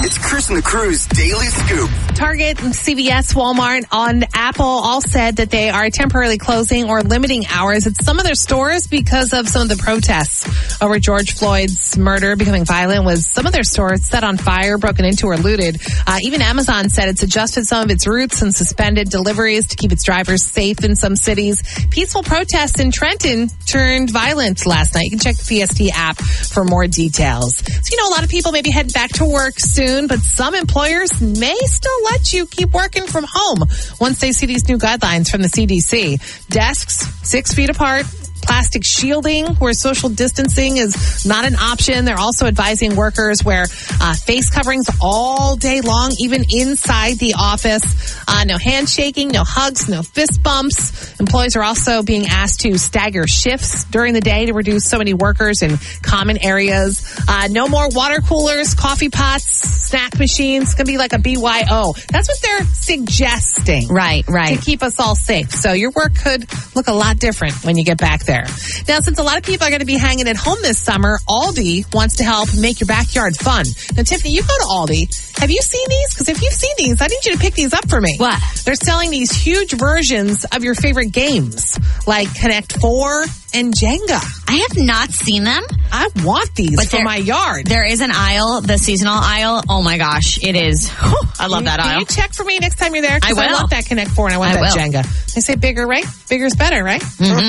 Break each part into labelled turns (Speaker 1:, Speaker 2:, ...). Speaker 1: It's Chris and the Crew's Daily Scoop.
Speaker 2: Target, CVS, Walmart, on Apple all said that they are temporarily closing or limiting hours at some of their stores because of some of the protests over George Floyd's murder becoming violent. Was some of their stores set on fire, broken into, or looted? Uh, even Amazon said it's adjusted some of its routes and suspended deliveries to keep its drivers safe in some cities. Peaceful protests in Trenton turned violent last night. You can check the PST app for more details. So you know, a lot of people may be heading back to work soon, but some employers may still let you keep working from home once they see these new guidelines from the CDC. Desks six feet apart. Plastic shielding, where social distancing is not an option. They're also advising workers wear uh, face coverings all day long, even inside the office. Uh, no handshaking, no hugs, no fist bumps. Employees are also being asked to stagger shifts during the day to reduce so many workers in common areas. Uh, no more water coolers, coffee pots, snack machines. It's going to be like a BYO. That's what they're suggesting.
Speaker 3: Right, right.
Speaker 2: To keep us all safe. So your work could look a lot different when you get back there. Now, since a lot of people are going to be hanging at home this summer, Aldi wants to help make your backyard fun. Now, Tiffany, you go to Aldi. Have you seen these? Because if you've seen these, I need you to pick these up for me.
Speaker 3: What?
Speaker 2: They're selling these huge versions of your favorite games, like Connect Four and Jenga.
Speaker 3: I have not seen them.
Speaker 2: I want these
Speaker 3: But
Speaker 2: for
Speaker 3: they're-
Speaker 2: my yard.
Speaker 3: There is an aisle, the seasonal aisle. Oh my gosh, it is. whew, I love that
Speaker 2: Can
Speaker 3: aisle.
Speaker 2: you check for me next time you're there? 'Cause
Speaker 3: I will.
Speaker 2: want that Connect Four and I want
Speaker 3: I
Speaker 2: that
Speaker 3: will.
Speaker 2: Jenga. They say bigger, right? Bigger's better, right?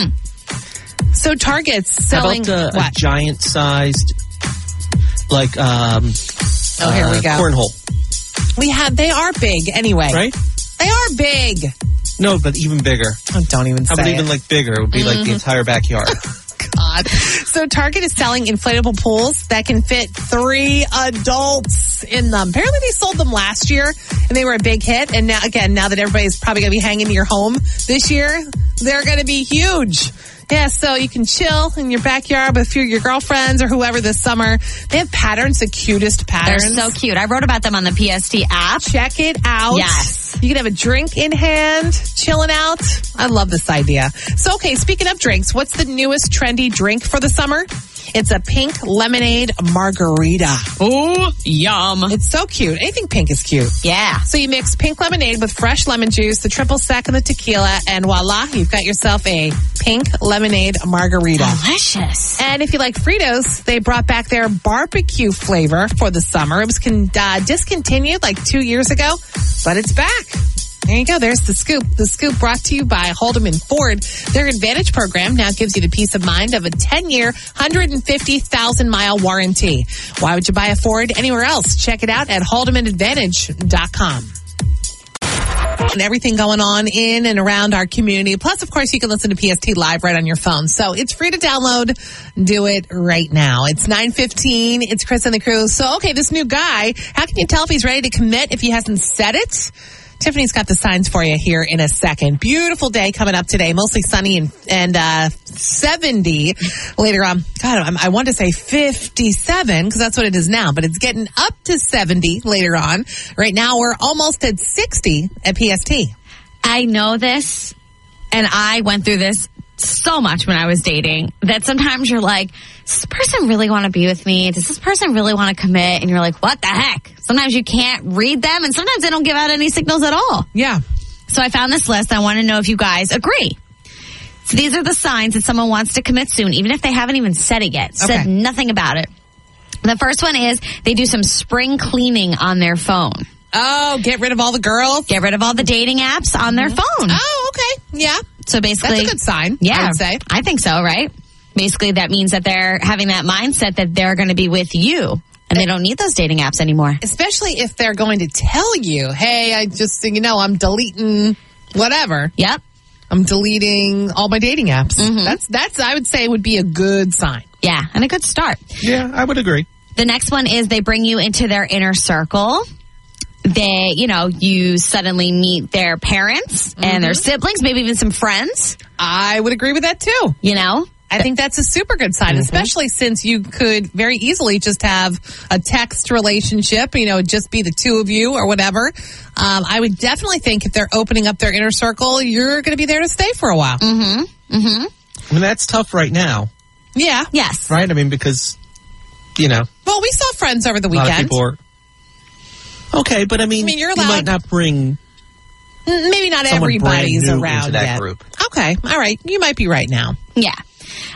Speaker 3: Mm-hmm.
Speaker 2: So Target's
Speaker 4: How
Speaker 2: selling
Speaker 4: about uh, a
Speaker 2: what?
Speaker 4: giant sized, like, um,
Speaker 2: oh, here we
Speaker 4: uh,
Speaker 2: go.
Speaker 4: cornhole,
Speaker 2: We have. They are big anyway.
Speaker 4: right?
Speaker 2: They are big.
Speaker 4: No, but even bigger.
Speaker 2: Oh, don't even
Speaker 4: How
Speaker 2: say
Speaker 4: about
Speaker 2: it. Mm-hmm.
Speaker 4: even like bigger? It would be like the entire backyard.
Speaker 2: God. So Target is selling inflatable pools that can fit three adults in them. Apparently they sold them last year and they were a big hit. And now again, now that everybody's probably going to be hanging in your home this year, they're going to be huge. Yeah, so you can chill in your backyard with a few of your girlfriends or whoever this summer. They have patterns, the cutest
Speaker 3: They're
Speaker 2: patterns.
Speaker 3: so cute. I wrote about them on the PST app.
Speaker 2: Check it out.
Speaker 3: Yes.
Speaker 2: You can have a drink in hand, chilling out. I love this idea. So, okay, speaking of drinks, what's the newest trendy drink for the summer? It's a pink lemonade margarita.
Speaker 3: Oh, yum.
Speaker 2: It's so cute. Anything pink is cute.
Speaker 3: Yeah.
Speaker 2: So you mix pink lemonade with fresh lemon juice, the triple sec, and the tequila, and voila, you've got yourself a pink lemonade margarita.
Speaker 3: Delicious.
Speaker 2: And if you like Fritos, they brought back their barbecue flavor for the summer. It was con- uh, discontinued like two years ago, but it's back. There you go. There's the scoop. The scoop brought to you by Hold'em and Ford. Their Advantage program now gives you the peace of mind of a 10 year, 150,000 mile warranty. Why would you buy a Ford anywhere else? Check it out at holdemandadvantage.com and everything going on in and around our community. Plus, of course, you can listen to PST live right on your phone. So it's free to download. Do it right now. It's 915. It's Chris and the crew. So, okay, this new guy, how can you tell if he's ready to commit if he hasn't said it? Tiffany's got the signs for you here in a second. Beautiful day coming up today. Mostly sunny and, and uh, 70 later on. God, I'm, I want to say 57 because that's what it is now, but it's getting up to 70 later on. Right now, we're almost at 60 at PST.
Speaker 3: I know this, and I went through this so much when I was dating that sometimes you're like, does this person really want to be with me? Does this person really want to commit? And you're like, what the heck? Sometimes you can't read them, and sometimes they don't give out any signals at all.
Speaker 2: Yeah.
Speaker 3: So I found this list. I want to know if you guys agree. So these are the signs that someone wants to commit soon, even if they haven't even said it yet, said
Speaker 2: Okay.
Speaker 3: nothing about it. The first one is they do some spring cleaning on their phone.
Speaker 2: Oh, get rid of all the girls.
Speaker 3: Get rid of all the dating apps on their phone.
Speaker 2: Oh, okay. Yeah.
Speaker 3: So basically,
Speaker 2: That's a good sign,
Speaker 3: Yeah,
Speaker 2: I'd say.
Speaker 3: I think so. Right? Basically, that means that they're having that mindset that they're going to be with you, and they don't need those dating apps anymore.
Speaker 2: Especially if they're going to tell you, hey, I just, you know, I'm deleting whatever.
Speaker 3: Yep.
Speaker 2: I'm deleting all my dating apps. That's, that's, I would say would be a good sign.
Speaker 3: Yeah, and a good start.
Speaker 4: yeah, I would agree.
Speaker 3: The next one is they bring you into their inner circle. They, you know, you suddenly meet their parents and their siblings, maybe even some friends,
Speaker 2: I would agree with that too.
Speaker 3: you know?
Speaker 2: I think that's a super good sign, especially since you could very easily just have a text relationship, you know, just be the two of you or whatever. Um, I would definitely think if they're opening up their inner circle, you're going to be there to stay for a while.
Speaker 4: I mean, that's tough right now,
Speaker 2: Yeah.
Speaker 3: Yes.
Speaker 4: right? I mean, because, you know,
Speaker 2: Well, we saw friends over the
Speaker 4: a lot
Speaker 2: weekend.
Speaker 4: of people are Okay, but I mean,
Speaker 2: mean, you're
Speaker 4: you might
Speaker 2: allowed-
Speaker 4: not bring
Speaker 2: N- Maybe not
Speaker 4: Someone
Speaker 2: everybody's
Speaker 4: brand new
Speaker 2: around
Speaker 4: into that
Speaker 2: yet.
Speaker 4: group.
Speaker 2: Okay, all right. You might be right now.
Speaker 3: Yeah.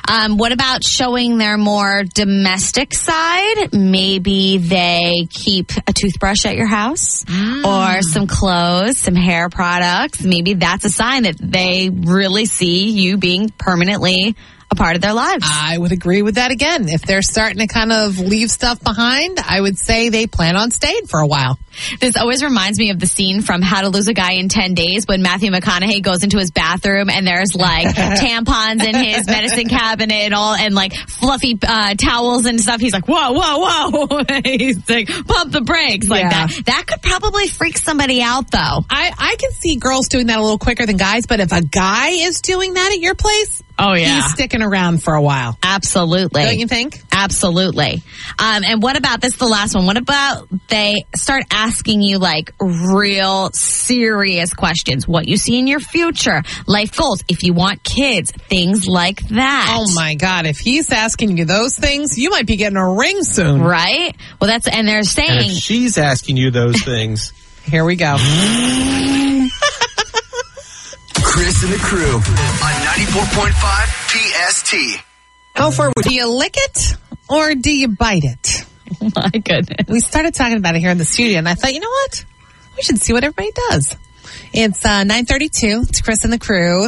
Speaker 3: Um, what about showing their more domestic side? Maybe they keep a toothbrush at your house or some clothes, some hair products. Maybe that's a sign that they really see you being permanently a part of their lives.
Speaker 2: I would agree with that again. If they're starting to kind of leave stuff behind, I would say they plan on staying for a while.
Speaker 3: This always reminds me of the scene from How to Lose a Guy in 10 Days when Matthew McConaughey goes into his bathroom and there's like tampons in his medicine cabinet and all and like fluffy uh, towels and stuff. He's like, whoa, whoa, whoa. He's like, pump the brakes like
Speaker 2: Yeah.
Speaker 3: that. That could probably freak somebody out though.
Speaker 2: I, I can see girls doing that a little quicker than guys, but if a guy is doing that at your place,
Speaker 3: Oh, yeah.
Speaker 2: he's sticking around for a while.
Speaker 3: Absolutely.
Speaker 2: Don't you think?
Speaker 3: Absolutely. Um, and what about this? is The last one. What about they start asking you like real serious questions? What you see in your future, life goals, if you want kids, things like that.
Speaker 2: Oh my God. If he's asking you those things, you might be getting a ring soon.
Speaker 3: Right. Well, that's and they're
Speaker 4: And if
Speaker 3: saying
Speaker 4: she's asking you those things,
Speaker 2: Here we go.
Speaker 3: Mm-hmm.
Speaker 1: Chris and the crew on 94.5 PST.
Speaker 2: How far would do you lick it or do you bite it?
Speaker 3: my goodness.
Speaker 2: We started talking about it here in the studio, and I thought, you know what? We should see what everybody does. It's uh, 932. It's Chris and the crew.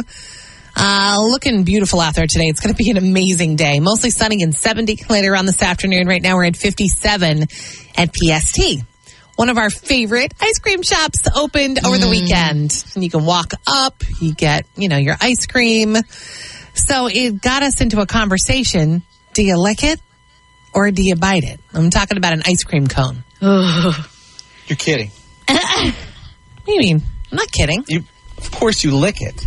Speaker 2: Uh, looking beautiful out there today. It's going to be an amazing day. Mostly sunny and 70 later on this afternoon. Right now we're at 57 at PST. One of our favorite ice cream shops opened over the weekend. And you can walk up, you get, you know, your ice cream. So it got us into a conversation. Do you lick it or do you bite it? I'm talking about an ice cream cone.
Speaker 4: you're kidding.
Speaker 2: What do you mean? I'm not kidding.
Speaker 4: You, of course, you lick it.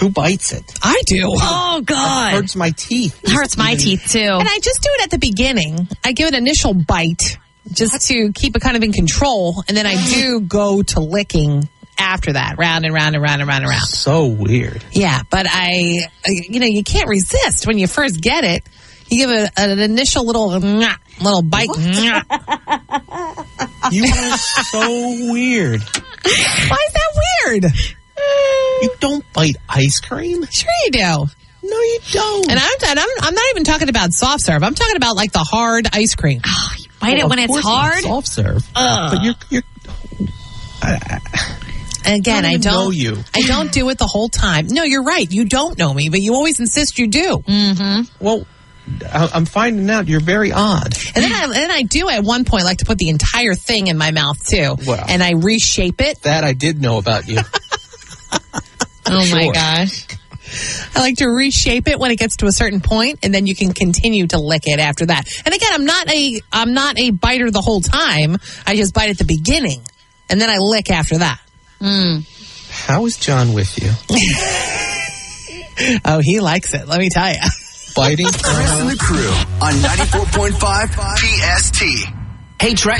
Speaker 4: Who bites it?
Speaker 2: I do.
Speaker 3: Oh God,
Speaker 4: Hurts my teeth.
Speaker 3: hurts my teeth too.
Speaker 2: And I just do it at the beginning. I give an initial bite just to keep it kind of in control. And then I do go to licking after that, round and round and round and round and round.
Speaker 4: So weird.
Speaker 2: Yeah, but I, you know, you can't resist when you first get it. You give a, an initial little, "Nyah," little bite. "Nyah."
Speaker 4: You are so weird.
Speaker 2: Why is that weird?
Speaker 4: You don't bite ice cream?
Speaker 2: Sure you do.
Speaker 4: No, you don't.
Speaker 2: And I'm, and I'm, I'm not even talking about soft serve. I'm talking about like the hard ice cream.
Speaker 3: Bite it
Speaker 4: Well,
Speaker 3: when
Speaker 4: of
Speaker 3: it's
Speaker 4: course
Speaker 3: hard.
Speaker 4: Soft serve. But you're, you're
Speaker 2: Again, I
Speaker 4: even
Speaker 2: don't
Speaker 4: know you.
Speaker 2: I don't do it the whole time. No, you're right. You don't know me, but you always insist you do.
Speaker 4: Mm-hmm. well. I- I'm finding out you're very odd.
Speaker 2: And then I, and then I do at one point like to put the entire thing in my mouth too,
Speaker 4: Wow.
Speaker 2: and I reshape it.
Speaker 4: That I did know about you.
Speaker 3: Oh
Speaker 4: Sure.
Speaker 3: gosh.
Speaker 2: I like to reshape it when it gets to a certain point, and then you can continue to lick it after that. And again, I'm not a I'm not a biter the whole time. I just bite at the beginning, and then I lick after that.
Speaker 4: How is John with you?
Speaker 2: Oh, he likes it. Let me tell you.
Speaker 4: Biting?
Speaker 1: Chris and the crew on 94.5 PST.
Speaker 5: Hey, Trey.